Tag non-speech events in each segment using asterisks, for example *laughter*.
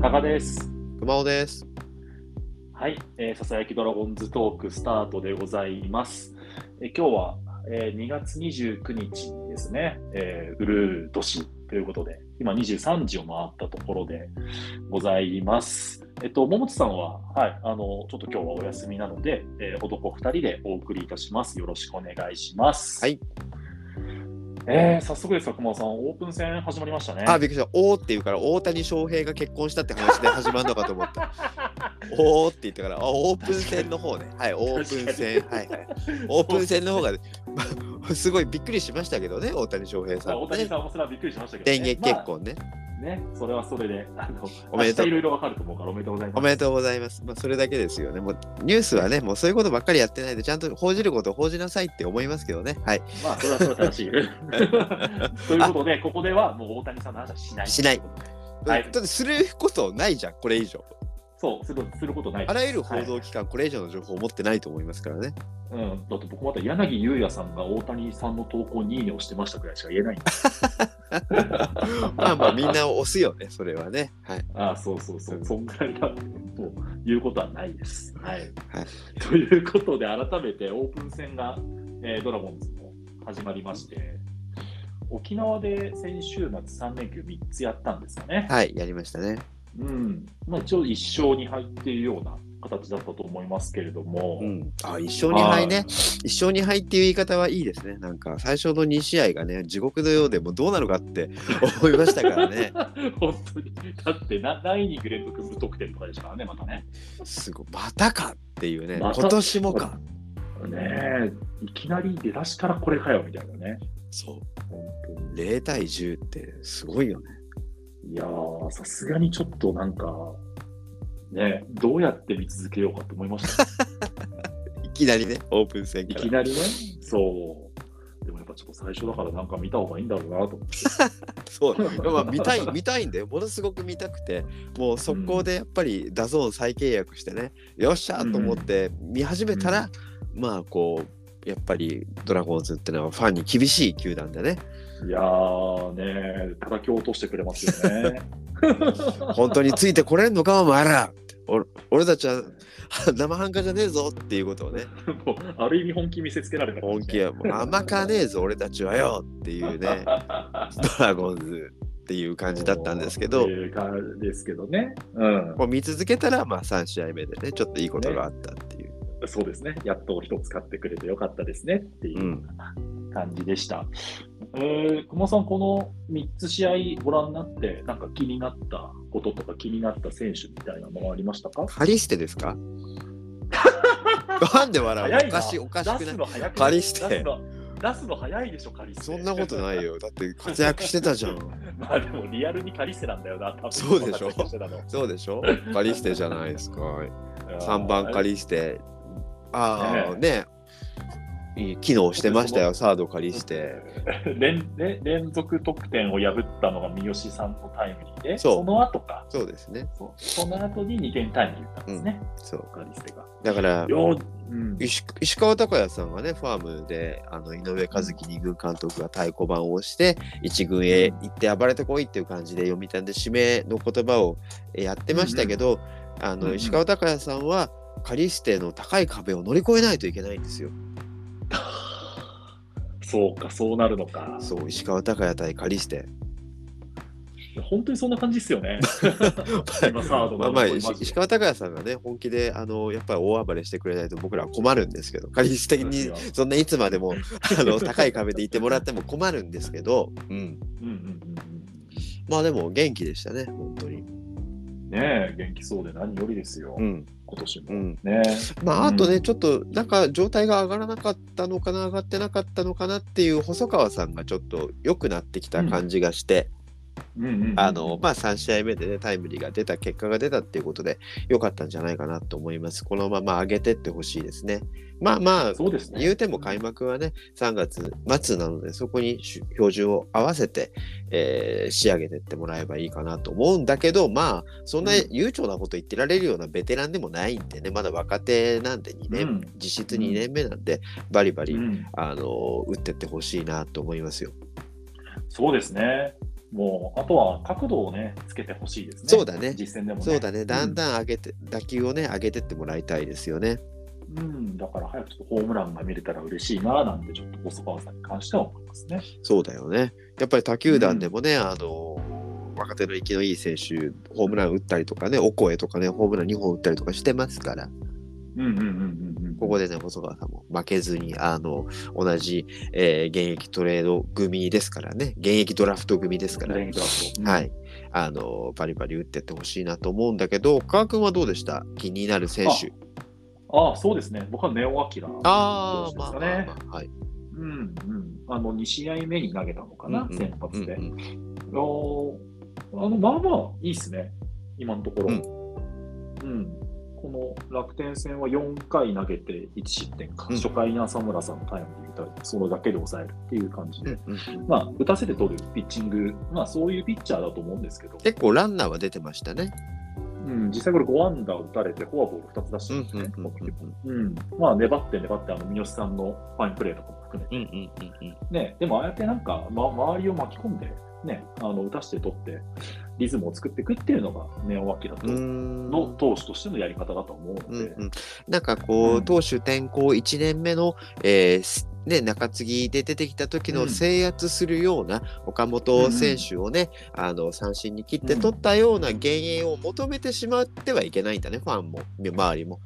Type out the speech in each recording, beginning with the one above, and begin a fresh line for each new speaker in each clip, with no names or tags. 加賀です。
熊尾です。
はい、えー、ささやきドラゴンズトークスタートでございます。えー今日は、えー、2月29日ですね、えー、ウルー年ということで、今23時を回ったところでございます。えっと、桃地さんは、はい、あの、ちょっと今日はお休みなので、えー、男2人でお送りいたします。よろしくお願いします。
はい。
えー、早速ですが、熊尾さん、オープン戦始まりましたね。
あ、びっくりした。おーって言うから、大谷翔平が結婚したって話で始まるのかと
*laughs*
思った。おーって言ったから、あ、オープン戦の方ね。はい、オープン戦。はいはい。オープン戦の方が、すごいびっくりしましたけどね、大谷翔平さ
まあ
ん、
大谷
ね
さ。んもそれはびっくりしましたけど、ね。
電撃結婚ね。
まあね、それはそれで、あの、
おめでとう
明日いろいろわかると思うから、おめでとうございます。
おめでとうございます。まあ、それだけですよね。もうニュースはね、もうそういうことばっかりやってないで、ちゃんと報じることを報じなさいって思いますけどね。はい。
まあ、それはそれは正
*laughs*
しい。ということで、ここではもう大谷さんの話はしない。
しない
はい
だってすることないじゃん、これ以上。
そう、するすることないです。
あらゆる報
は
道機関、これ以上の情報を持ってないと思いますからね。
いうん。だって僕また柳優也さんが大谷さんの投稿にいいねをしてましたぐらいしか言えないんで。
まあまあ、みんな押すよね、それはね。はい。
ああ、そうそうそうう。
ん
そんぐらいだ。もう言うことはないです。はい。
はい
ということで、改めてオープン戦が、えードラゴンズも始まりまして、沖縄で先週末3連休3つやったんですかね。
はい、やりましたね。
うんまあ、一応1勝に入っているような形だったと思いますけれども、 *laughs*
うん、あ一勝2敗ね、一勝2敗っていう言い方はいいですね、なんか最初の2試合がね、地獄のようでもうどうなのかって *laughs* 思いましたからね、
本当に、だってな何イニング連続無得点とかですからね、またね。
すごい、またかっていうね、
ま
今
た
年もか、
ねえ、いきなり出だしからこれかよみたいなね、
そ
本当
う、0対10ってすごいよね。
に。いやー、さすがにちょっとなんか、ね、どうやって見続けようかと思いま *laughs* した、
いきなりね、オープン戦
い
か
き
ら。
なりね。そう。でもやっぱちょっと最初だからなんか見た方がいいんだろうなと思って。 *laughs*
そう、まあ、見たい、見たいんだよ、ものすごく見たくて、もう速攻でやっぱりダゾーン再契約してね、よっしゃーと思って見始めたら、まあこう、やっぱりドラゴンズってのはファンに厳しい球団でね、
いやーね、叩き落としてくれますよね。
本当についてこれんのかお前らお俺たちは *laughs* 生半可じゃねえぞっていうことをね
もう *laughs* ある意味本気見せつけられた、
本気はもう甘かねえぞ俺たちはよっていうねドラゴンズっていう感じだったんですけど
っていう感じですけどね。うん。
もう見続けたらまあ3試合目でねちょっといいことがあったっていう、
そうですね。やっと一つ買ってくれてよかったですねっていううん感じでした。えー、久保さん、この3つ試合ご覧になって、なんか気になったこととか気になった選手みたいなのはありましたか
カリステです *laughs* かなんで笑うのおかしいおかしく
出
な
す
い
の早くない
カリステ
出すの出すの早いでしょ、カリステ。
そんなことない *laughs* よだって活躍してたじゃん
*laughs* まあでもリアルにカリステなんだよな、多分
そうでしょ
この活躍てたの
そうでしょカリステじゃないですか3番借りして、ああ、ね、いい機能してましたよ、サード借りして。
*laughs* 連ね連続得点を破ったのが三好さんのタイムリーで、
そう
その後か、
そうですね。
そうその後に2点タイムリー打ったんですね、
そう。
カリステが。
だから、
よーうん、
石石川昂弥さんはね、ファームで、あの井上和樹二軍監督が太鼓判を押して、一軍へ行って暴れてこいっていう感じで、読谷で指名の言葉をえやってましたけど、あ
うんう
の
ん
石川昂弥さんは、カリステの高い壁を乗り越えないといけないんですよ。
そうか、そうなるのか。
そう、石川昂弥対カリス *laughs* テ。
本当にそんな感じですよ
*laughs*
ね。今サード
ま
の
あまあ、
マジ
石
で
石川昂弥さんがね、本気で、あの、やっぱり大暴れしてくれないと僕らは困るんですけど、仮質的に、そんないつまでも、あの、高い壁でいてもらっても困るんですけど、うん。
うんうんうん
まあでも、元気でしたね、本当に。
うん、ねえ元気そうで何よりですよ、
うん。
今年も。
うん。
ね
まあ、あとね、
う
ちょっと、なんか、状態が上がらなかったのかな、上がってなかったのかなっていう、細川さんがちょっと良くなってきた感じがして、
うんうんうん
あの、まあ、3試合目でね、タイムリーが出た、結果が出たっていうことで、良かったんじゃないかなと思います。このまま上げてってほしいですね。まあまあ、
そうですね。
言うても開幕はね、3月末なので、そこにし標準を合わせて、えー仕上げてってもらえばいいかなと思うんだけど、まあ、そんな
うん
悠長なこと言ってられるようなベテランでもないんでね、まだ若手なんで2年、
うん
実質2年目なんで、バリバリ、
うん
あのー打ってってほしいなと思いますよ。
そうですね。もうあとは角度をね、つけてほしいですね。
そうだね
実戦でもね。
そうだね、だんだん上げて、打球をね、上げてってもらいたいですよね。
うん。うんだから早くちょっとホームランが見れたら嬉しいななんて、ちょっと細川さんに関しては思いますね。
そうだよね。やっぱり他球団でもね、あの、若手の生きのいい選手、ホームラン打ったりとかね、オコエとかね、ホームラン2本打ったりとかしてますから、
うんうんうんうんうん。
ここでね、細川さんも負けずに、あの、同じ、えー現役トレード組ですからね、現役ドラフト組ですから、
レングラフト。
はい。あの、バリバリ打ってってほしいなと思うんだけど、川君はどうでした気になる選手。
ああ、そうですね。僕はネオ・アキラ。
ああ、
どう
ま
し
あ
ま
まあ
すかね
まあ、はい。
うんうん。あの、2試合目に投げたのかな、先発で。
うんうん
あのあのまあまあいいですね、今のところ。うんこの楽天戦は4回投げて1失点か、
うん
初回に浅村さんのタイムリー打たれて、それだけで抑えるっていう感じ
う
で、
んうん
まあ、打たせて取るピッチング、まあ、そういうピッチャーだと思うんですけど、
結構ランナーは出てましたね。
うん、実際これ5安打打たれて、フォアボール2つ出してるんですね、
うんうんうん
うんまあ、粘って粘って、あの三好さんのファインプレーとかも含めて
うんうんうん
ね、でもああやってなんか、ま、周りを巻き込んで、ね、あの打たして取って、リズムを作っていくっていうのが、ネオ・アキラと
うーん
の投手としてのやり方だと思うの
うん
で、
うん、なんかこう、
うん
投手転向1年目の、えーすね、中継ぎで出てきた時
う
の
ん
制圧するような岡本選手をね、あの三振に切って取ったような減塩を求めてしまってはいけないんだね、ファンも周りも。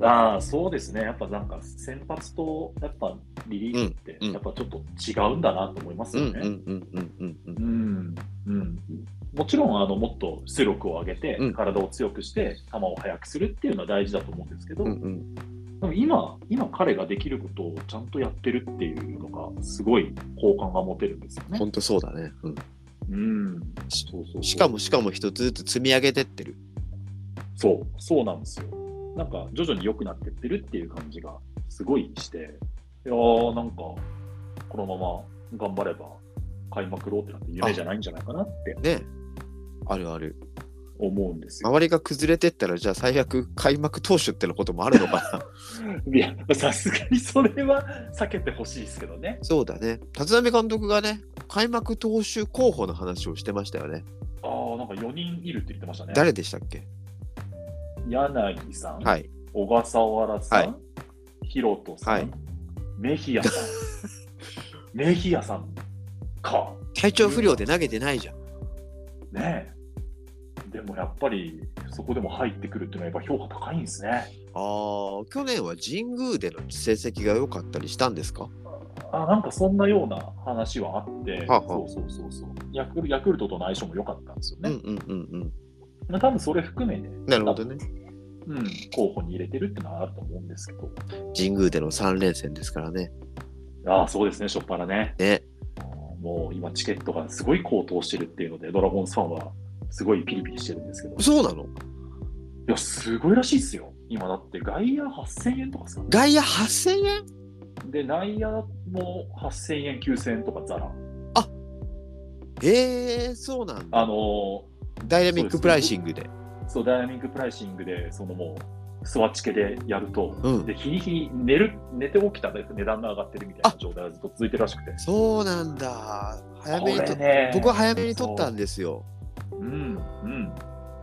ああそうですね、やっぱなんか、先発とやっぱリリーフって、
うんうん
やっぱちょっと違うんだなと思います
うん
よ
うん
ね。
うんうんうんうん
うんうんもちろんあの、もっと出力を上げて
うん、
体を強くして、球を速くするっていうのは大事だと思うんですけど、
うんうん
でも今、今彼ができることをちゃんとやってるっていうのが、すごい好感が持てるんですよね。
本当そうだね、うん
うん、そうそうそう
しかもしかも一つずつ積み上げてってる。
そうそうなんですよなんか徐々に良くなってってるっていう感じがすごいしていやーなんかこのまま頑張れば開幕ローテなんて夢じゃないんじゃないかなって
ねあるある。
思うんですよ。
周りが崩れてったら、じゃあ最悪開幕投手ってのこともあるのかな。
いやさすがにそれは *laughs* 避けてほしいですけどね。
そうだね。立浪監督がね、開幕投手候補の話をしてましたよね。
ああなんか4人いるって言ってましたね。
誰でしたっけ
柳さん、
はい。
小笠原さん、
は
ヒロトさん、
はい
メヒアさん。
*laughs*
メヒアさんか。
体調不良で投げてないじゃん。
ねえ。でもやっぱりそこでも入ってくるっていうのはやっぱ評価高いんですね。
ああ、去年は神宮での成績が良かったりしたんですか
あなんかそんなような話はあって、
はあはあ
そうそうそうそうヤクル。ヤクルトとの相性も良かったんですよ
うん
ね。
うんうん
まあ多分それ含めて、
うん。なるほどね。
うん、候補に入れてるっていうのはあると思うんですけど。
神宮での3連戦ですからね。
ああ、そうですね、しょっぱらね。
ね。
もう今チケットがすごい高騰してるっていうので、ドラゴンズファンはすごいピリピリしてるんですけど。い
そうなの
や、すごいらしいですよ。今だって外野8000円とかさ。
外野8000円
で、内野も8000円、9000円とかザラ。
ええー、そうなん
あ
だ。
の
ダイナミックプライシングで。
そうダイナミックプライシングでそのもうスワッチ系でやると、
うん
で日に日に寝る寝て起きたら値段が上がってるみたいな状態がずっと続いてるらしくて
そうなんだ。早めにと、
ね
僕は早めに取ったんですよ。
そううんうん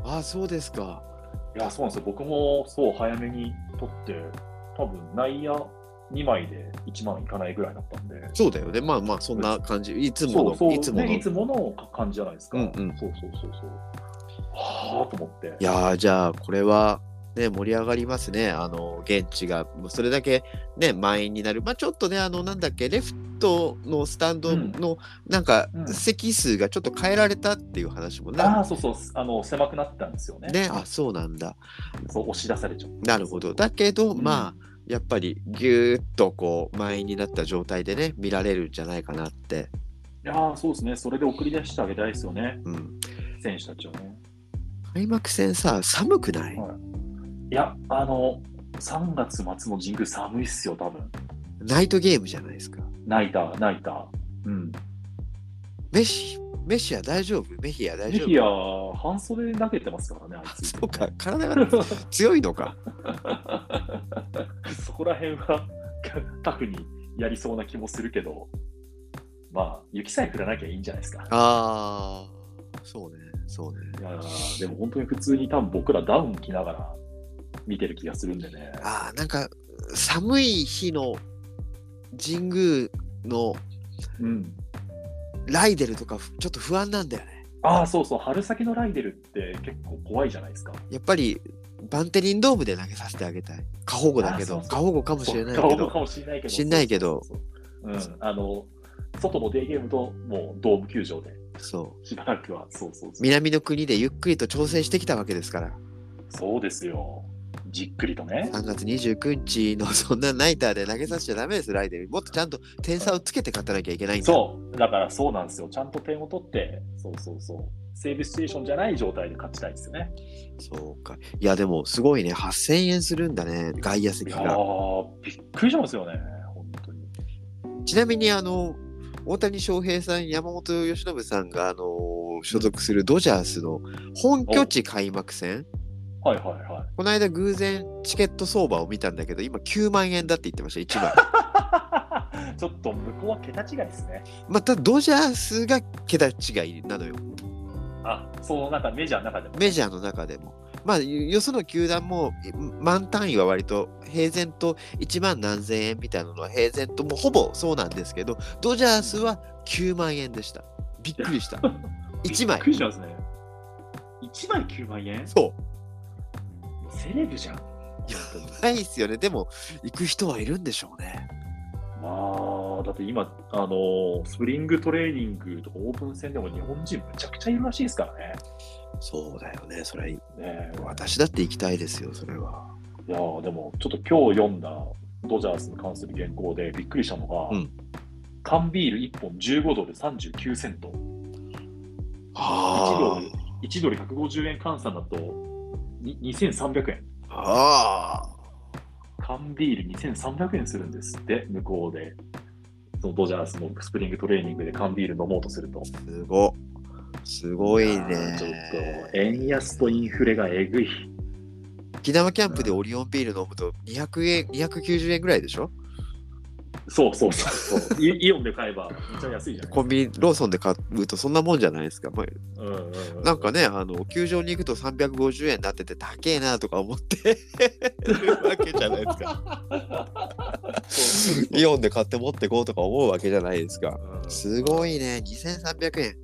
ああ、そうですか。
いやそうなんですよ僕もそう早めに取って多分内野2枚で1万いかないぐらいだったんで
そうだよね。まあまあ、そんな感じ。いつもの、
そうそう
いつもの。
ねいつもの感じじゃないですか、
うんうん
そうそうそうそうはあと思って
いやーじゃあこれはね盛り上がりますねあの現地がもうそれだけね満員になるまあちょっとねあのなんだっけレフトのスタンドのなんか
うん
席数がちょっと変えられたっていう話もね、
ああそうそうあの狭くなったんですよね
ねあそうなんだ
そう押し出されちゃった
なるほどだけど、
うん
まあやっぱりぎゅーっとこう満員になった状態でね見られるんじゃないかなって、
いやーそうですね、それで送り出してあげたいですよね、
うん、
選手たちをね。
開幕戦さ寒くない、
はいいや、あの、3月末の神宮、寒いっすよ、多分
ナイトゲームじゃないですか
泣いた、泣いた。うん、
メシメシア大丈夫メヒア大
メ
丈夫
ヒア、半袖投げてますからね、あいつ。
*laughs* そう
*laughs*
か、体が強いのか。
*laughs* そこら辺はタフにやりそうな気もするけど、まあ、雪さえ降らなきゃいいんじゃないですか。
ああ、そうね、そうね。
いやーでも本当に普通に多分僕らダウン着ながら見てる気がするんでね。
ああ、なんか寒い日の神宮の
うん、
ライデルとかふちょっと不安なんだよね。
ああ、そうそう、春先のライデルって結構怖いじゃないですか。
やっぱりバンテリンドームで投げさせてあげたい。過保護だけ
あー
ど、
そうそう
過保護かもしれないけ
そう顔
ど
か。もしれないけど。
しんないけど
そうそうそううん、あの、外のデーゲームともうドーム球場で
そう。
しばらくは、そうそうそう。
南の国でゆっくりと調整してきたわけですから。
そうですよ。じっくりとね。
3月29日のそんなナイターで投げさせちゃダメです、ライデル。もっとちゃんと点差をつけて勝たなきゃいけないんだ。
そう、だからそうなんですよ。ちゃんと点を取って、そうそうそう。セーブシチュエーションじゃない状態で勝ちたいですよね。
そうか。いや、でもすごいね。8000円するんだね、外野
い
席
や
が。
ー、びっくりしますよね、本当に。
ちなみに、あの、大谷翔平さん、山本由伸さんが、あの、所属するドジャースの本拠地開幕戦、
はいはいはい。 *laughs*
この間偶然チケット相場を見たんだけど、今9万円だって言ってました、1
*laughs*
枚。
ちょっと向こうは桁違いですね。
またドジャースが桁違いなのよ。
あ、そのなんかメジャーの中でも。
メジャーの中でも。まあ、よよその球団も満単位は割と平然と1万何千円みたいなのは平然ともうほぼそうなんですけど、ドジャースは9万円でした。びっく
*laughs*
りした。1枚
びっく。りしますね。1枚9万円
そう。
セレブじゃん。
やばいっすよね。でも、行く人はいるんでしょうね。
まあ、だって今、あのースプリングトレーニングとかオープン戦でも日本人むちゃくちゃいるらしいですからね。
そうだよね。それ、
ねえ
私だって行きたいですよ、それは。
いやーでもちょっと今日読んだドジャースに関する原稿でびっくりしたのが、
うん
缶ビール1本15ドル39セント
あ
1ドル150円換算だとに2300円
あ。ああ。
缶ビール2300円するんですって向こうでそのドジャースのスプリングトレーニングで缶ビール飲もうとすると
すご。すごい
あー
ね。
ちょっと円安とインフレがえぐい
沖縄キャンプでオリオンビール飲むと200円、290円ぐらいでしょ
そうそうそう
*laughs*
そうイイオンで買えばめっちゃ安いじゃん
コンビニ、ローソンで買うとそんなもんじゃないですか。まあ、
うんうんうん
なんかね、あの、球場に行くと350円になってて、高えなとか思って、 *laughs* わけじゃないで
*laughs*
すか。
そうそうそう
イオンで買って持ってこうとか思うわけじゃないですか。
うん
すごいね、2300円。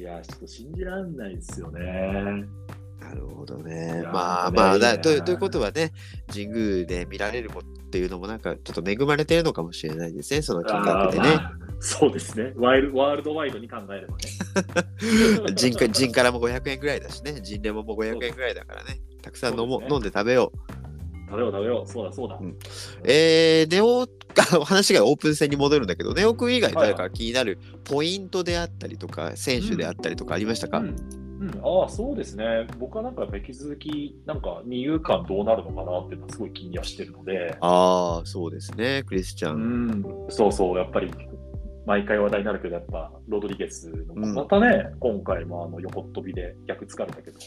いや、ちょっと信じられないですよね。
なるほどね
い。や
まあ
ねい
まあ
いね
だと、ということはね、神宮で見られることっていうのもなんかちょっと恵まれてるのかもしれないですね、その金額で
あー
ね。
まあそうですねワイル。ワールドワイドに考えればね。
*laughs* 人か人からも500円ぐらいだしね、人レモンも500円ぐらいだからね、たくさん飲
そう
もう
ですね
飲んで食べよう。
*laughs* 食べよう食べよう。そうだそうだ。
うんえー、ネオ、 *laughs* あ話がオープン戦に戻るんだけど、ネオ君以外
はいはい
誰か気になるポイントであったりとか、選手であったりとかありましたか、
うんうん、ああ、そうですね。僕はなんかやっぱ引き続き、なんか二遊間どうなるのかなっていうのはすごい気にはしてるので、
ああ、そうですね、クリスチャ
う
ン。
ん、そうそう、やっぱり毎回話題になるけど、やっぱロドリゲスの、またね、今回もあの横っ飛びで逆疲れたけど、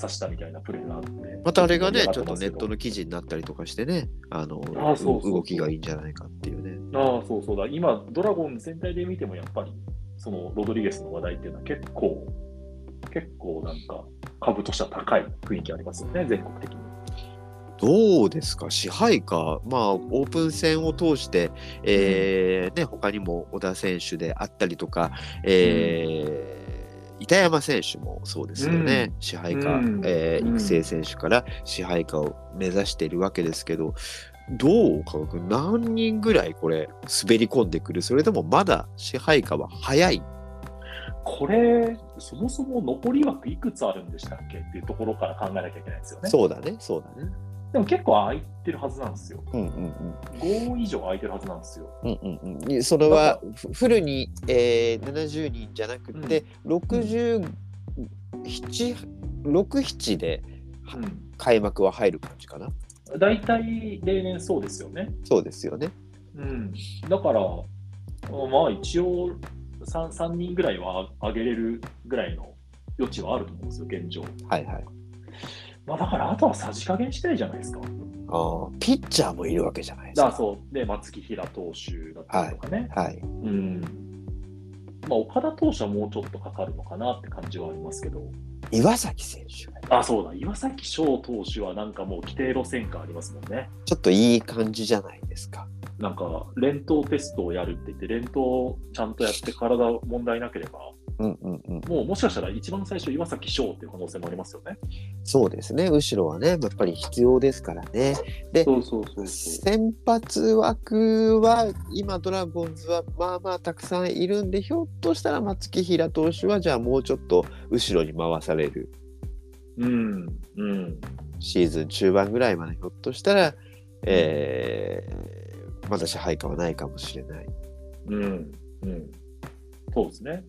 刺したみたいなプレーがあって。
またあれが
盛
ね、
り上が
ちょってと
ます
ネ
け
ッ
ど
トの記事になったりとかしてね、あの
あそうそうそう
動きがいいんじゃないかっていうね。
ああ、そうそうだ。今、ドラゴン全体で見ても、やっぱり、そのロドリゲスの話題っていうのは結構、結構なんか、株としては高い雰囲気ありますよね、全国的に。
どうですか、支配下、まあ、オープン戦を通して、えーね、他にも小田選手であったりとか、えー板山選手もそうですよね、支配下、
うん
えー
うん
育成選手から支配下を目指しているわけですけど、どう、加賀君、何人ぐらいこれ、滑り込んでくる、それともまだ支配下は早い、
これ、そもそも残り枠いくつあるんでしたっけっていうところから考えなきゃいけないですよね。
そうだね、そうだね。
でも結構空いてるはずなんですよ。
うんうんうん
5以上空いてるはずなんですよ。
うんうんうん、それはフフルに、えー、70人じゃなくて、6767で
うん。
開幕は入る感じかな
大体、例年そうですよね。
そうですよね
うん。だから、まあ一応3、3人ぐらいは上げれるぐらいの余地はあると思うんですよ、現状。
はいはい
まあ、だからあとはさじ加減したいじゃないですか。
あーピッチャーもいるわけじゃないです
だ
か
そうで松木平投手だったりとかね、
はい
うん、まあ、岡田投手はもうちょっとかかるのかなって感じはありますけど、
岩崎選手が
あ、そうだ、岩崎翔投手はなんかもう規定路線感ありますもんね。
ちょっといい感じじゃないですか。
なんか、連投テストをやるって言って、連投をちゃんとやって体問題なければ、
うんうんうん、
もうもしかしたら一番最初、岩崎翔っていう可能性もありますよね。
そうですね後ろはねやっぱり必要ですからねで
そうそうそうそう。
先発枠は今ドラゴンズはまあまあたくさんいるんでひょっとしたら松木平投手はじゃあもうちょっと後ろに回される
うん、うん。
シーズン中盤ぐらいまでひょっとしたら、えーまだ支配下はないかもしれない。
うん、うん、そうですね。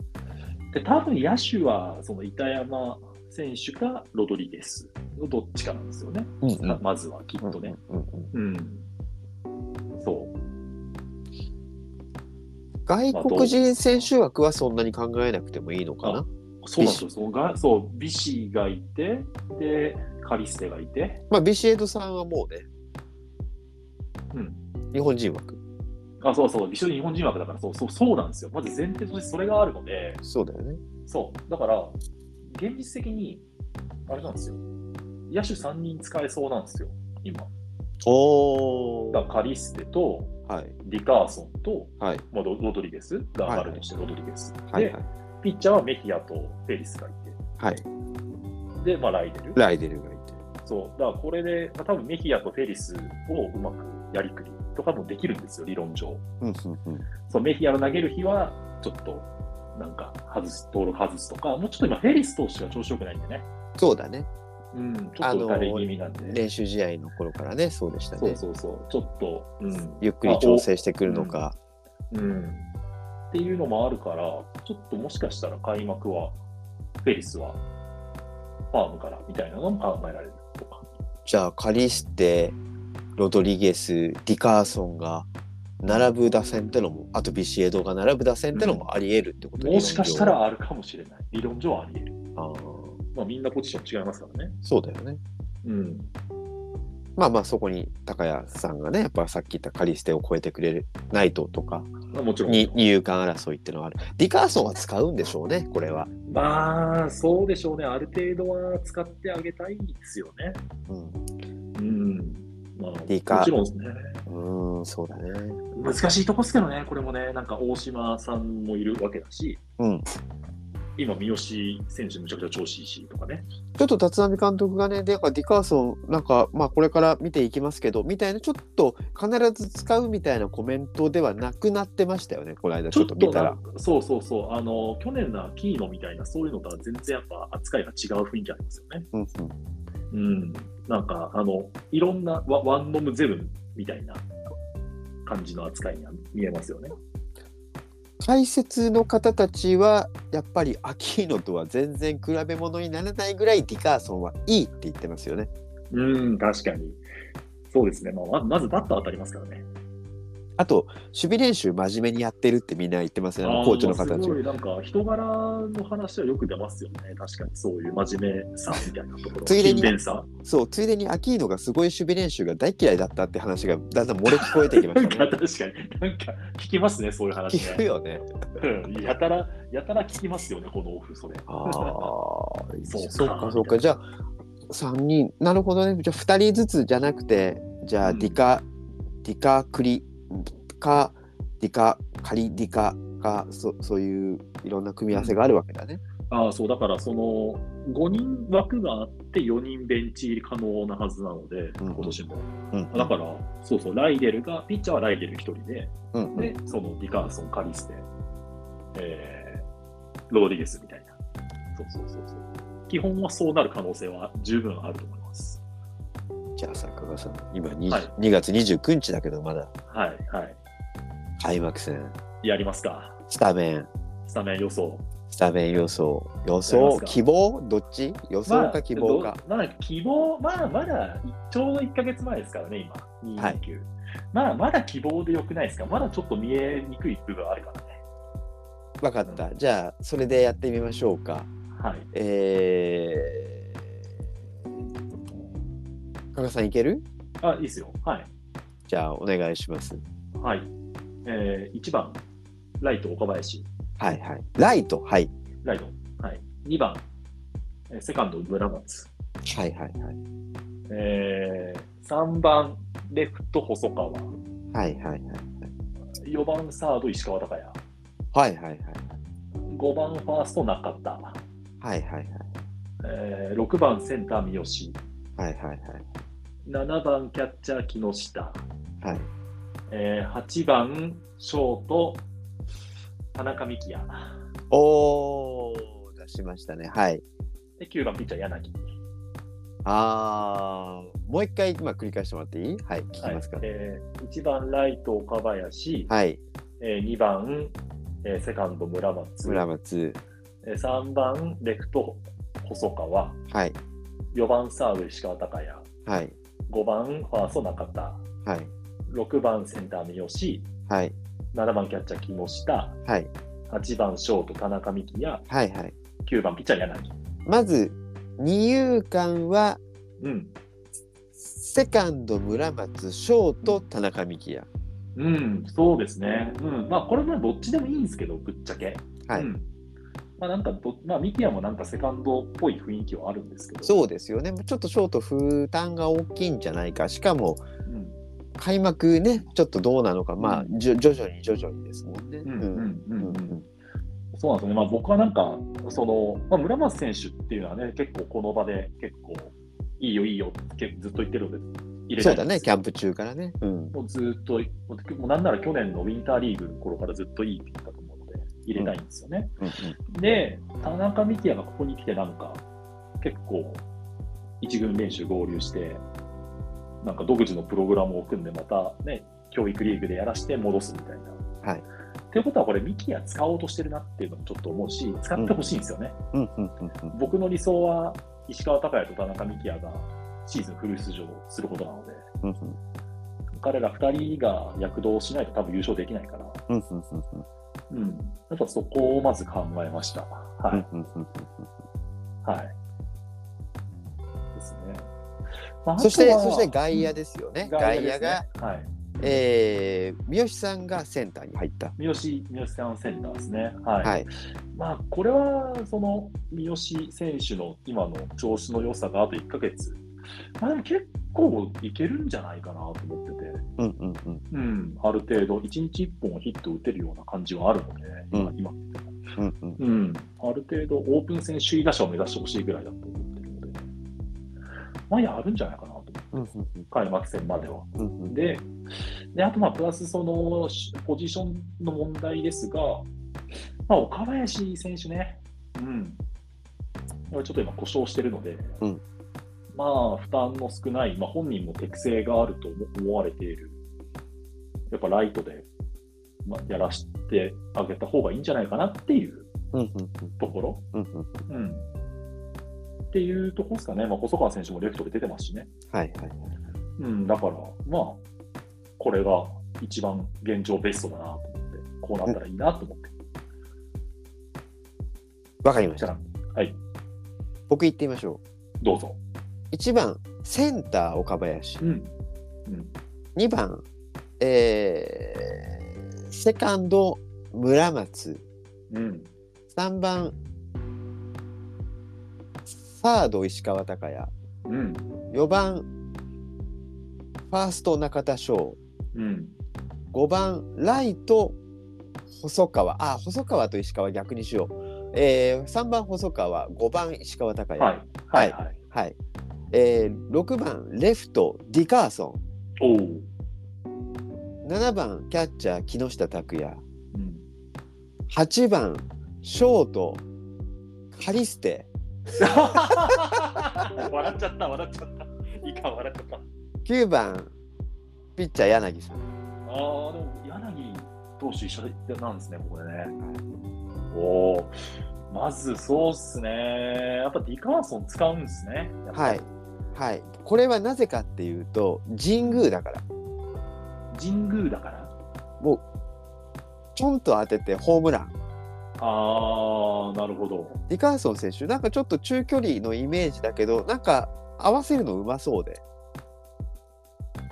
で、多分野手はその板山選手かロドリゲスのどっちかなんですよね、
うん
ままずはきっとね。
うんうんうん
うん、そう。
外国人選手枠はそんなに考えなくてもいいのかな。
そうなんですよ。そのがそう、ビシがいて、で、カリステがいて、
まあ、ビシエドさんはもうね、
うん。
日本人枠。
あ、そうそう、一緒に日本人枠だから、そうそう、そうなんですよ。まず前提としてそれがあるので、
そうだよね。
そう、だから、現実的に、あれなんですよ。野手3人使えそうなんですよ、今。
お
だからカリステと、
はい。
リカーソンと、
はい
まあ、ロロドリゲスが
はい
あるとして、ロドリゲス。
はい
で
はい。
ピッチャーはメヒアとフェリスがい
はい。
て、で、まあ、ライデル。
ライデルがいて。
そう、だからこれで、まあ、多分メヒアとフェリスをうまくやりくりとかもできるんですよ、理論上。
うんうんうん。
そうメヒアの投げる日は、ちょっと、なんか外す、登録外すとか、もうちょっと今、フェリス投手が調子よくないんでね、
そうだね。
うん、ちょっと打たれ気味なんで、
練習試合の頃からね、そうでしたね。
そうそうそう、ちょっと、うん、
ゆっくり調整してくるのか。
うん、っていうのもあるから、ちょっともしかしたら開幕は、フェリスはファームからみたいなのも考えられるとか。
じゃあ、カリステ、ロドリゲス、ディカーソンが並ぶ打線ってのも、あとビシエドが並ぶ打線ってのもあり得るってこと
もしかした。
理
らあるかもしれない。理論上はあり得る。
論上はあー
まあ、みんなポジション違いますからね。
そうだよね。
うん。
まあまあそこに高谷さんがねやっぱさっき言ったカリステを超えてくれるナイトとか
まあ、もちろん。
に二遊間争いってのはあるディカーソンは使うんでしょうねこれは、
まあ、そうでしょうね。ある程度は使ってあげたいですよね。
う
うん。まあ、
いいか
もちろんですね。
ん、うーんそうだね
難しいとこですけどね、これもね、なんか大島さんもいるわけだし、
うん
今、三好選手、むちゃくちゃ調子いいしとかね。
ちょっと立浪監督がねでなんかディカーソンなんかまあこれから見ていきますけどみたいなちょっと必ず使うみたいなコメントではなくなってましたよねこの間ちょっと見た
な
ら
んかそうそうそう、あの、去年の秋のみたいな、そういうのとは全然やっぱ扱いが違う雰囲気ありますよね。
うんうん
うん。なんか、あの、いろんなワワンノムゼブンみたいな感じの扱いには見えますよね。
解説の方たちはやっぱりアキーノとは全然比べ物にならないぐらいディカーソンはいいって言ってますよね
うん、確かに。そうですね。まあ、ままずバッター当たりますからね。
あと守備練習真面目にやってるってみんな言ってますねあのコーチの方
あ
た
ー
ち
す
が
ごいなんか人柄の話はよく出ますよね。確かにそういう真面目さみたいなところ。
ついでに
勤勉
*laughs*
さ。
そうついでにアキーノがすごい守備練習が大嫌いだったって話がだんだん漏れ聞こえてき
*laughs*
ま
なん
した
か確か
ね
に、なんか聞きますね、そういう話
聞く *laughs*
ね。
よね
うんやたら、やたら聞きますよね、このオフ、それ。
ああ、
そうか
そうか、そうか。じゃあ、3人、なるほどね。じゃあ、2人ずつじゃなくて、じゃあ、
うん
ディカ、ディカクリ、カ、ディカ、カリディカが、そそういういろんな組み合わせがあるわけだね。
ああ、そう、だから、その、5人枠があって、4人ベンチ入り可能なはずなので、
うん
今年も。
うん
だから、そうそう、ライデルが、ピッチャーはライデル1人で、
うん
で、そのディカーソン、カリステ、えー、ロドリゲスみたいな。そうそうそうそう。基本はそうなる可能性は十分あると思います。
じゃあ、坂川さん、今20、
はい
2月29日だけど、まだ
はい、は
開幕戦、
い。やりますか。
スタメン、
スタメン予想。
スタメン予想、予
やりま
想
す、か
希望、どっち予想か希望か。
まあ、どまあ、希望、まあ、まだちょうど1か月前ですからね、今、
はい
229。まあ、まだ希望でよくないですか、まだちょっと見えにくい部分あるからね。
わかった。じゃあ、それでやってみましょうか。
はい、
えー、加賀さんいける
あいいですよ、はい。
じゃあお願いします。
はいえー、1番、ライト岡林、
はいはい。ライト、はい。
ライト。はい。2番、えーセカンド、村松。
はいはいはい。
えー、3番、レフト、細川。
はいはいはい。
4番、サード、石川昂
はいはいはい。
也。5番、ファースト、中田。
はいはいはい。
えー、6番、センター、三好。
はいはいはい。
7番、キャッチャー、木下。
はい。
えー、8番、ショート、田中幹也。
おー、出しましたね。はい。
で、9番、ピッチャー、柳。
あー、もう一回今繰り返してもらっていいはい、聞き
はい
ますか。
えー、1番、ライト、岡林。
はい。
えー、2番、えーセカンド、村松。
村松。
えー3番、レフト、細川。
はい。
4番、サード、石川昂也。
はい。
5番、ファースト、中田。
はい。
6番、センター、三好。
はい。
7番、キャッチャー、木下。
はい。
8番、ショート、田中幹也。
はいはい。
9番、ピッチャー、柳。
まず、二遊間は、
うん。
セカンド村松、ショート田中幹也。
うん、そうですね。うん。まあ、これもどっちでもいいんですけど、ぶっちゃけ。
はい。
うんまあ、なんかど、まあ、ミキアもなんかセカンドっぽい雰囲気はあるんですけど。
そうですよね。ちょっとショート負担が大きいんじゃないか。しかも、
うん。
開幕ね、ちょっとどうなのか、まあ、
うん
じょ徐々に徐々にですもんね。
うん。うん。う。
うんん
う
うんん
そうなんですよね、まあ、僕はなんか、そのまあ、村松選手っていうのはね、結構この場で、結構いいよ、いいよってずっと言ってるので、入れ
そ
な
う
い
だ
んで
ね、
す
キャンプ中からね。うん。
もうずっと、もうもうなんなら去年のウィンターリーグの頃からずっといいって言ったと思うので、入れないんですよね。
うん
で、田中幹也がここに来て、なんか、結構、一軍練習合流して、なんか独自のプログラムを組んで、またね、教育リーグでやらして戻すみたいな。
はい
っていうことは、これ、幹也使おうとしてるなっていうのもちょっと思うし、使ってほしいんですよね。
うんうんうんうん
僕の理想は石川昂弥と田中幹也がシーズンフル出場することなので、
うんうん
彼ら2人が躍動しないと多分優勝できないから、
うんうんうんうん
うん、やっぱそこをまず考えました。はい。
うんうんうん
はい。ですね。まあ
そして、
あとは
そして外野ですよね。外
で
野が、
すねはい。
えー三好さんがセンターに入った。
三好、三好さんセンターですね。はい。
はい。
まあ、これは、その、三好選手の今の調子の良さがあと1ヶ月。まあ、でも結構いけるんじゃないかなと思ってて。
うんうんうん
うん、ある程度、1日1本ヒット打てるような感じはあるので、
うん
今、
うんうん
うん、ある程度、オープン戦首位打者を目指してほしいぐらいだと思ってるので、まあ、やるんじゃないかなと思って、
うんうん
開幕戦までは。
うんうん
で、であと、まあプラスそのしポジションの問題ですが、まあ、岡林選手ね、うん、ちょっと今、故障してるので、
うん
まあ、負担の少ない、まあ、本人も適性があると思思われている、やっぱライトで、まあ、やらせてあげた方がいいんじゃないかなっていう
うんうん
ところ、
うんうん
うん、っていうところですかね、まあ、細川選手もレフトで出てますしね。
はいはいはい。
うん、だから、まあ、これが一番現状ベストだなと思って、こうなったらいいなと思って。
わかりまし
じ
た。
ゃあ、はい、
僕言ってみましょう。
どうぞ。
一番、センター岡林
う。ん。うん、
二番、えーセカンド村松。
うん、
三番、サード石川昂也。
うん、
四番、ファースト中田翔。
うん、
5番ライト細川あ細川と石川逆にしよう、えー、3番細川5番石川隆也
はい、はい、はい。
はいえー、6番レフトディカーソ
おお。
ン7番キャッチャー木下拓也
うん。
8番ショートカリステ
笑っちゃった、笑っちゃった。いいか、笑っちゃった。あ
9番ピッチャー柳さん
あー、でも、柳投手一緒なんですね、ここでね。おお。まず、そうっすね。やっぱディカーソン使うんですね。やっぱ
はい。はいこれはなぜかっていうと神宮だから
神宮だから。
もうちょんと当ててホームラン
あー、なるほど。
リカーソン選手、なんかちょっと中距離のイメージだけど、なんか合わせるのうまそうで、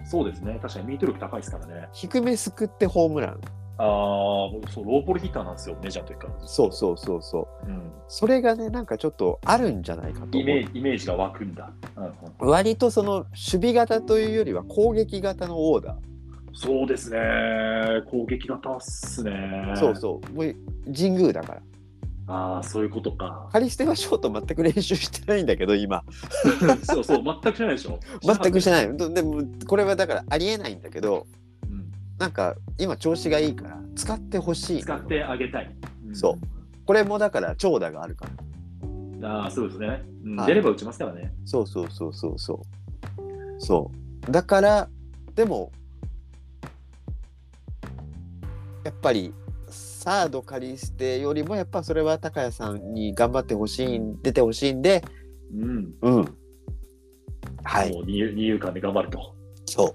そうですね。確かにミート力高いですからね。
低めすくってホームラン。
あーそうローポルヒーターなんですよ、メジャーというか、
そうそうそうそう
うん、
それがねなんかちょっとあるんじゃないかと
イ
思う
メージイメージが湧くんだ、うんうん
割とその守備型というよりは攻撃型のオーダー、
そうですね、攻撃型っすね。
そうそうもう神宮だから
ああ、そういうことか。 *laughs*
カリステはショート全く練習してないんだけど今
そうそう、全くじゃないでしょ。
全くしてないどでもこれはだからありえないんだけど
うん
なんか今調子がいいから使ってほしい
使ってあげたい。ん
そこれもだから長打があるから
ああ、そうですね。うん
はい
出れば打ちますからね。
そうそうそうそうそうそうだからでもやっぱりサードカリステよりもやっぱそれは高谷さんに頑張ってほしい出てほしいんで
うん。
うんはい
もう二遊二遊間で頑張ると。
そう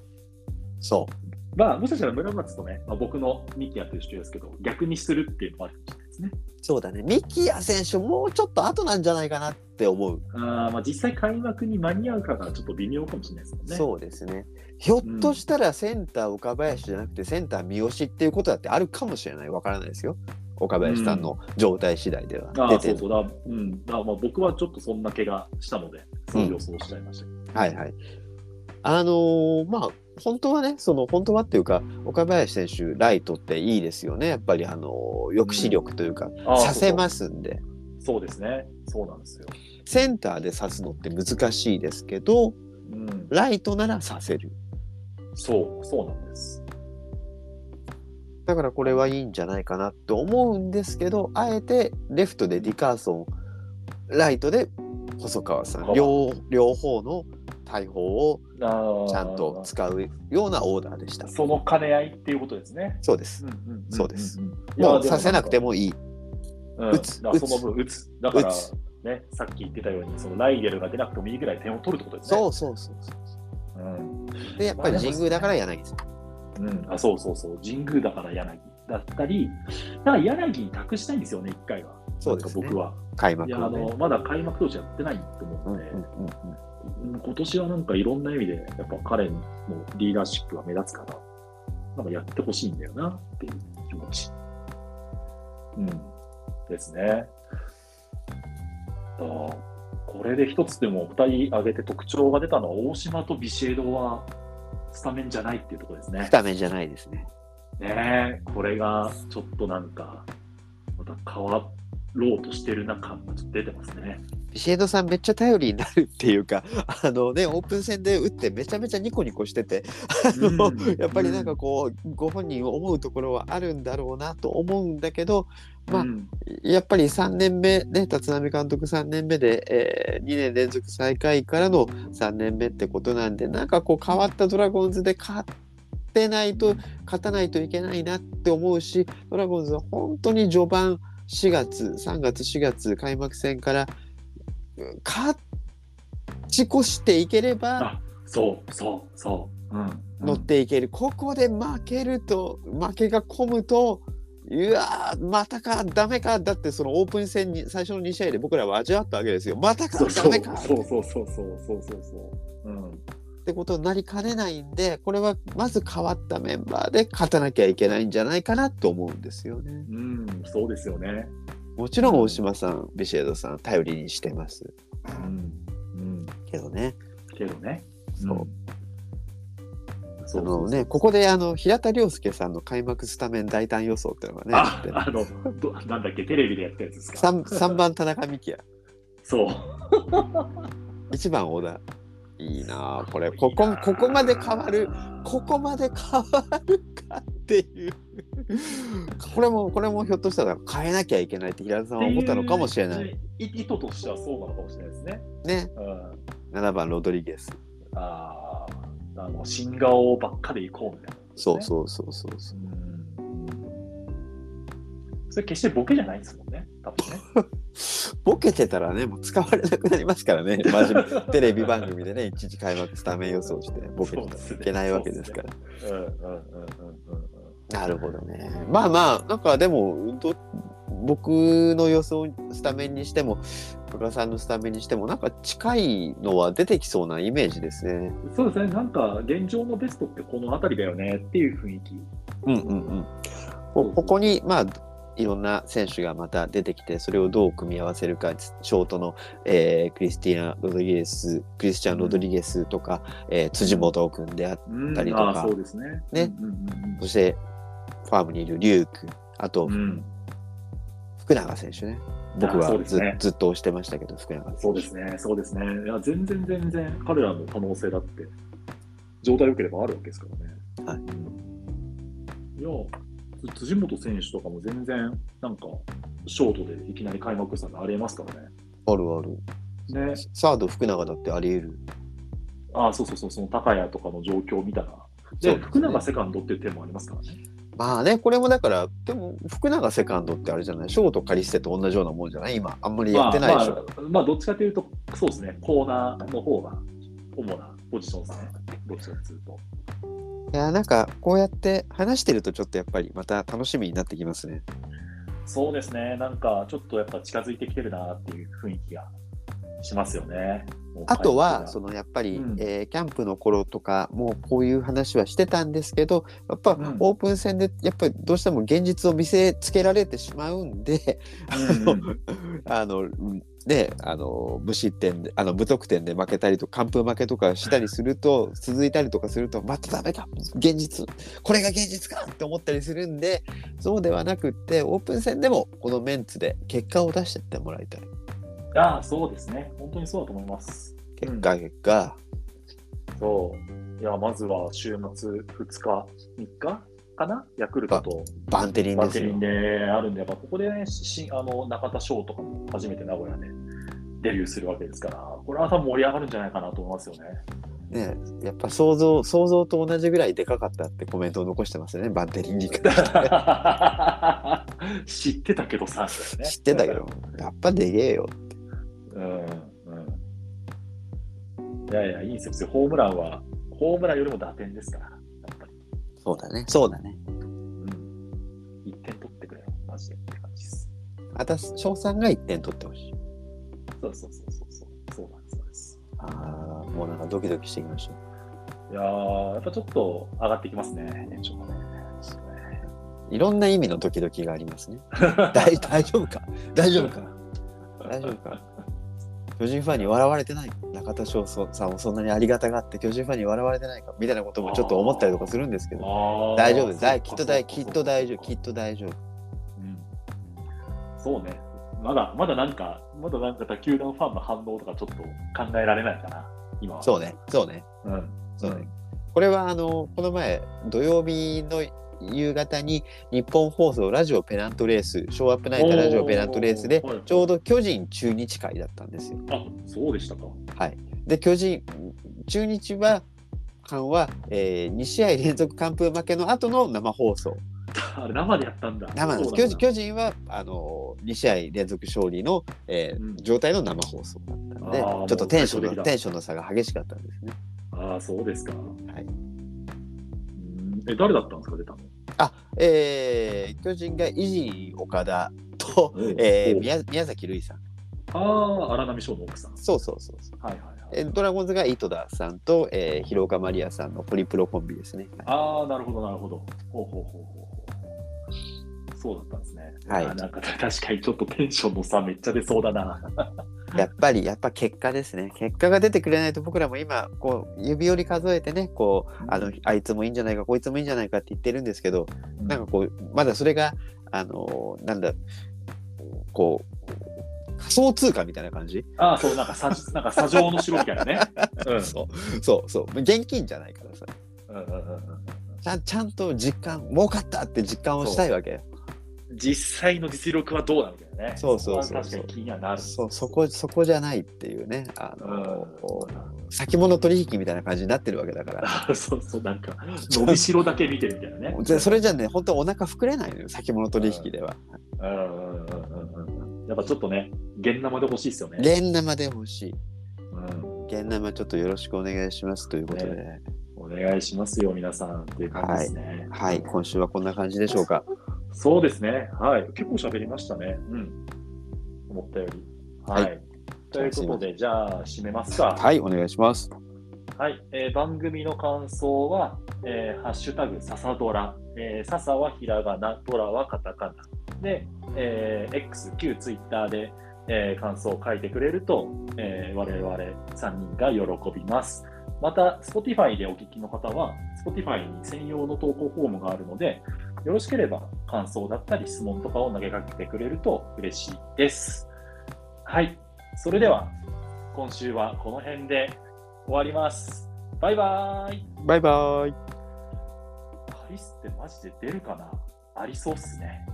そ
まあ、もしかしたら村松とね、まあ、僕のミッキーやってる人ですけど、逆にするっていうのもあるかもしれないですね。
うそうだねミキヤ選手もうちょっと後なんじゃないかなって思う、
ああ、まあ実際開幕に間に合うかがちょっと微妙かもしれないですもんね。
そうですねひょっとしたらセンター岡林じゃなくてセンター三好っていうことだってあるかもしれないわからないですよ岡林さんの状態次第では、
あ
出
あ、
て
そう
る
そうだ。うん。だからまあ僕はちょっとそんな怪我したので、そう予想しちゃいましたけど。
はいはい。あのーまあ本当はねその本当はっていうか岡林選手ライトっていいですよねやっぱりあのー抑止力というか、
ああ
させますん
そ
で
うそうそうですね。そうなんですよ。
センターで刺すのって難しいですけど
うん。
ライトなら刺せる
そう、そうなんです。
だからこれはいいんじゃないかなと思うんですけどあえてレフトでディカーソンライトで細川さん両両方の大砲を
あー
ちゃんと使うようなオーダーでした
その兼ね合いっていうことですね。
そうです
うんうん
そうです。
いや
もう刺せなくて
も、
もいい
うん、
打つ
だから
打つ
その分打つ。だから
打つ、
ね、さっき言ってたように、そのライゲルが出なくてもいいぐらい点を取るってことですね。
そうそうそうそう
う。ん。
でやっぱり神宮だから柳さん。
うん、あそうそうそう。神宮だから柳だったり、だから柳に託したいんですよね、一回は。
そうですね
なんか僕は。
開
い
幕
や、あ
をね。
の、まだ開幕当時やってないと思う
う
んん
う
で、
んうんうん
うん今年はなんかいろんな意味で、やっぱ彼のリーダーシップが目立つから、なんかやってほしいんだよなっていう気持ち。うん。ですね。あーこれで一つでも二人挙げて特徴が出たのは、大島とビシエドはスタメンじゃないっていうところですね
ス。タメンじゃないですね。
ねえこれがちょっとなんか、また変わろうとしてる中、ちょっと出てますね。
ビシエドさんめっちゃ頼りになるっていうか、あのね、オープン戦で打ってめちゃめちゃニコニコしてて、あの
うん
やっぱりなんかこう、ご本人思うところはあるんだろうなと思うんだけど、まあ
うん
やっぱり3年目、ね、立浪監督3年目で、え2年連続最下位からの3年目ってことなんで、なんかこう変わったドラゴンズで勝ってないと、勝たないといけないなって思うし、ドラゴンズは本当に序盤4月、3月、4月開幕戦からうん勝ち越していければ
あそうそうそう。うん、
乗っていける。ここで負けると、負けが込むと、うわーまたかダメかだってそのオープン戦に最初の2試合で僕らは味わったわけですよまたか
そうそ
ダ
う
メかっ
そうそうそうそうそうそうそう。うん。
てことになりかねないんでこれはまず変わったメンバーで勝たなきゃいけないんじゃないかなと思うんですよね
うん、そうですよね。
もちろん大島さんビシエドさん頼りにしてます
うん。うん。
けどね
けどね。
そう
うん。
そ
そうそう
のねここであの平田良介さんの開幕スタメン大胆予想っていうのがねあ
あ
って、
あの、どなんだっけ、テレビでやったやつですか。
3, 3番田中幹也
そう。
1番小田いいなあこれここここまで変わるここまで変わるかっていうこれもこれもひょっとしたら変えなきゃいけないって平田さんは思ったのかもしれない
い。意図としてはそうなのかもしれないですね。
ね
うん。
7番ロドリゲス
ああ、あの、新顔ばっかで行こうみたいな、
そうそうそうそうそう
う。うん。それ決してボケじゃないですもんね。多分ね。
ボケてたらねもう使われなくなりますからね真面目 *laughs* テレビ番組でね一時開幕スタメン予想してボケてたらいけないわけですから
*laughs* うんうんうんうんうんうん。
なるほどね。まあまあ、なんかでも、ど僕の予想スタメンにしても、福田さんのスタメンにしても、なんか近いのは出てきそうなイメージですね。
そうですね、なんか現状のベストってこの辺りだよねっていう雰囲気。
うんうんうん。こここにまあいろんな選手がまた出てきてそれをどう組み合わせるかショートの、えークリスティーナ・ロドリゲスクリスチャン・ロドリゲスとか、えー辻元君であっ
うん
たりとか
あーそうですね。
ね
うん
そしてファームにいるリュウ君あと
うんうんうん
福永選手ね
あ
僕
ーそ
は
うで
ず,、
すね
ずっと押してましたけど福永選手
そうですね、そうですね。いや、全然全然、彼らの可能性だって、状態良ければあるわけですからね。
はい
いや、つ辻本選手とかも全然、なんか、ショートでいきなり開幕したのありえますからね。
あるある
ね、
サード福永だってあり得る
あそうそうそう、その高谷とかの状況を見たら、
そ
で、
うですね
福永セカンドっていう点もありますからね。
まあねこれもだからでも福永セカンドってあれじゃないショート借り捨てと同じようなもんじゃない今あんまりやってないでしょ、
まあまあまあどっちかというと、そうですね、コーナーの方が主なポジションですね、どっちかというと。
いやなんかこうやって話してるとちょっとやっぱりまた楽しみになってきますね。
そうですね、なんかちょっとやっぱ近づいてきてるなっていう雰囲気がしますよね。もう
あとは
帰
そ
って
のやっぱり、
うん
えーキャンプの頃とかもうこういう話はしてたんですけどやっぱ
うん
オープン戦でやっぱりどうしても現実を見せつけられてしまうんで、
からうんうん
あのうんねあの無失点であの無得点で負けたりと完封負けとかしたりすると続いたりとかするとまたダメだ現実これが現実かって思ったりするんでそうではなくってオープン戦でもこのメンツで結果を出してってもらいたい。
ああ、そうですね、本当にそうだと思います。
結果結果、
そういやまずは週末2日、3日かな、ヤクルトと
バンテリン
バ
で
ッ
す
テリ
よ
ン。であるんで、やっぱここでね、ししあの中田翔とかも初めて名古屋でデビューするわけですから、これは多分盛り上がるんじゃないかなと思いますよね。
*laughs*
*laughs*
ね、やっぱ想像想像と同じぐらいでかかったってコメントを残してますよねバンテリンに
知ってたけどさ、みいなね
知ってたけど。やっぱでげえよ。
うんうん。いやいや、いいですよ。ホームランは、ホームランよりも打点ですから、やっぱり。
そうだねそうだね。
うん。1点取ってくれよ、マジでって感じです。
また翔さんが1点取ってほしい。
そうそうそうそうそう。そうなんですそうです。
ああもうなんかドキドキしてきました。
いやー、やっぱちょっと上がってきますね、テンションがね。そうね
いろんな意味のドキドキがありま
*laughs*
すね。大大丈夫か大丈夫か大丈夫か巨人ファンに笑われてない中田翔さんもそんなにありがたがって巨人ファンに笑われてないかみたいなこともちょっと思ったりとかするんですけど
あー
大丈夫です
そっか
大きっと大きっと大丈夫
そ
き
っ
っ
か
と大丈夫
うんそうね。まだ、まだなんか、まだなんか他球団ファンの反応とかちょっと考えられないかな、今は。
そうねそうね
うん。
そうねこれはあのこの前土曜日の夕方に日本放送ラジオペナントレースショーアップナイトラジオペナントレースで
おーはい
ちょうど巨人中日会だったんですよ。
あ、そうでしたか。
で巨人中日は間は、え2試合連続完封負けの後の生放送
あれ生でやったんだ。
生なんです
そう
巨人巨人はあの2試合連続勝利の、えー
うん
状態の生放送だったの
あ
でち
ー
ょっとテンショ
も
ン
う
のテンションの差が激しかったんですね。。
ああ、そうですか。はいえ、誰だったんですか、出たの。
あえー巨人が維持岡田と、
うん
えー
おう
宮宮崎瑠衣さん
ああ、荒波翔の奥さん。
そうそうそうそう。
はいはいはい。
えドラゴンズが井戸田さんと、えー、広岡マリアさんのホリプロコンビですね。
ああ、なるほど、なるほど。ほうほうほうほうほう。そうだったんですね。
はい
あーなんか確かにちょっとテンションの差めっちゃ出そうだな。
やっぱりやっぱ結果ですね。結果が出てくれないと僕らも今こう指折り数えてねこうあのあいつもいいんじゃないかこいつもいいんじゃないかって言ってるんですけどなんかこうまだそれがあのーなんだこう仮想通貨みたいな感じ、
ああ、そう、なんか、さ、なんか、砂上の城みたいな
*laughs*
ね。うん。
そうそうそう現金じゃないからさ
うんうんうんうん
ちゃんちゃんと実感儲かったって実感をしたいわけ
実際の実力はどうだみたいなね。
そうそうそう
こは確かに気にはなる。
そうそこそこじゃないっていうねあ
う
の
ん
こう先物取引みたいな感じになってるわけだから
あそうそう、なん
*laughs*
か、 *laughs* 伸びしろだけ見てるみたいなね。
で *laughs* それじゃね本当お腹膨れないのよ先物取引では
うんうんうんうんうんやっぱちょっとね、現生で欲しいですよね。
現生で欲しい
うん、
現生ちょっとよろしくお願いしますということで、
お願いしますよ、皆さんっていう感じですね。
はい今週はこんな感じでしょうか
そうですね。はい。結構喋りましたね。うん。思ったより。はい。
はい
ということで、じゃあ、締めますか。
はいお願いします
はい、えー番組の感想は、えーハッシュタグ、ササドラ、えー、ササはひらがな、ドラはカタカナ。で、えー X、旧ツイッターで、えー感想を書いてくれると、えー我々3人が喜びます。また、Spotify でお聞きの方は、Spotify に専用の投稿フォームがあるので、よろしければ感想だったり質問とかを投げかけてくれると嬉しいです。はい。それでは、今週はこの辺で終わります。バイバーイ。
バイバイ。
パリスってマジで出るかなありそうっすね。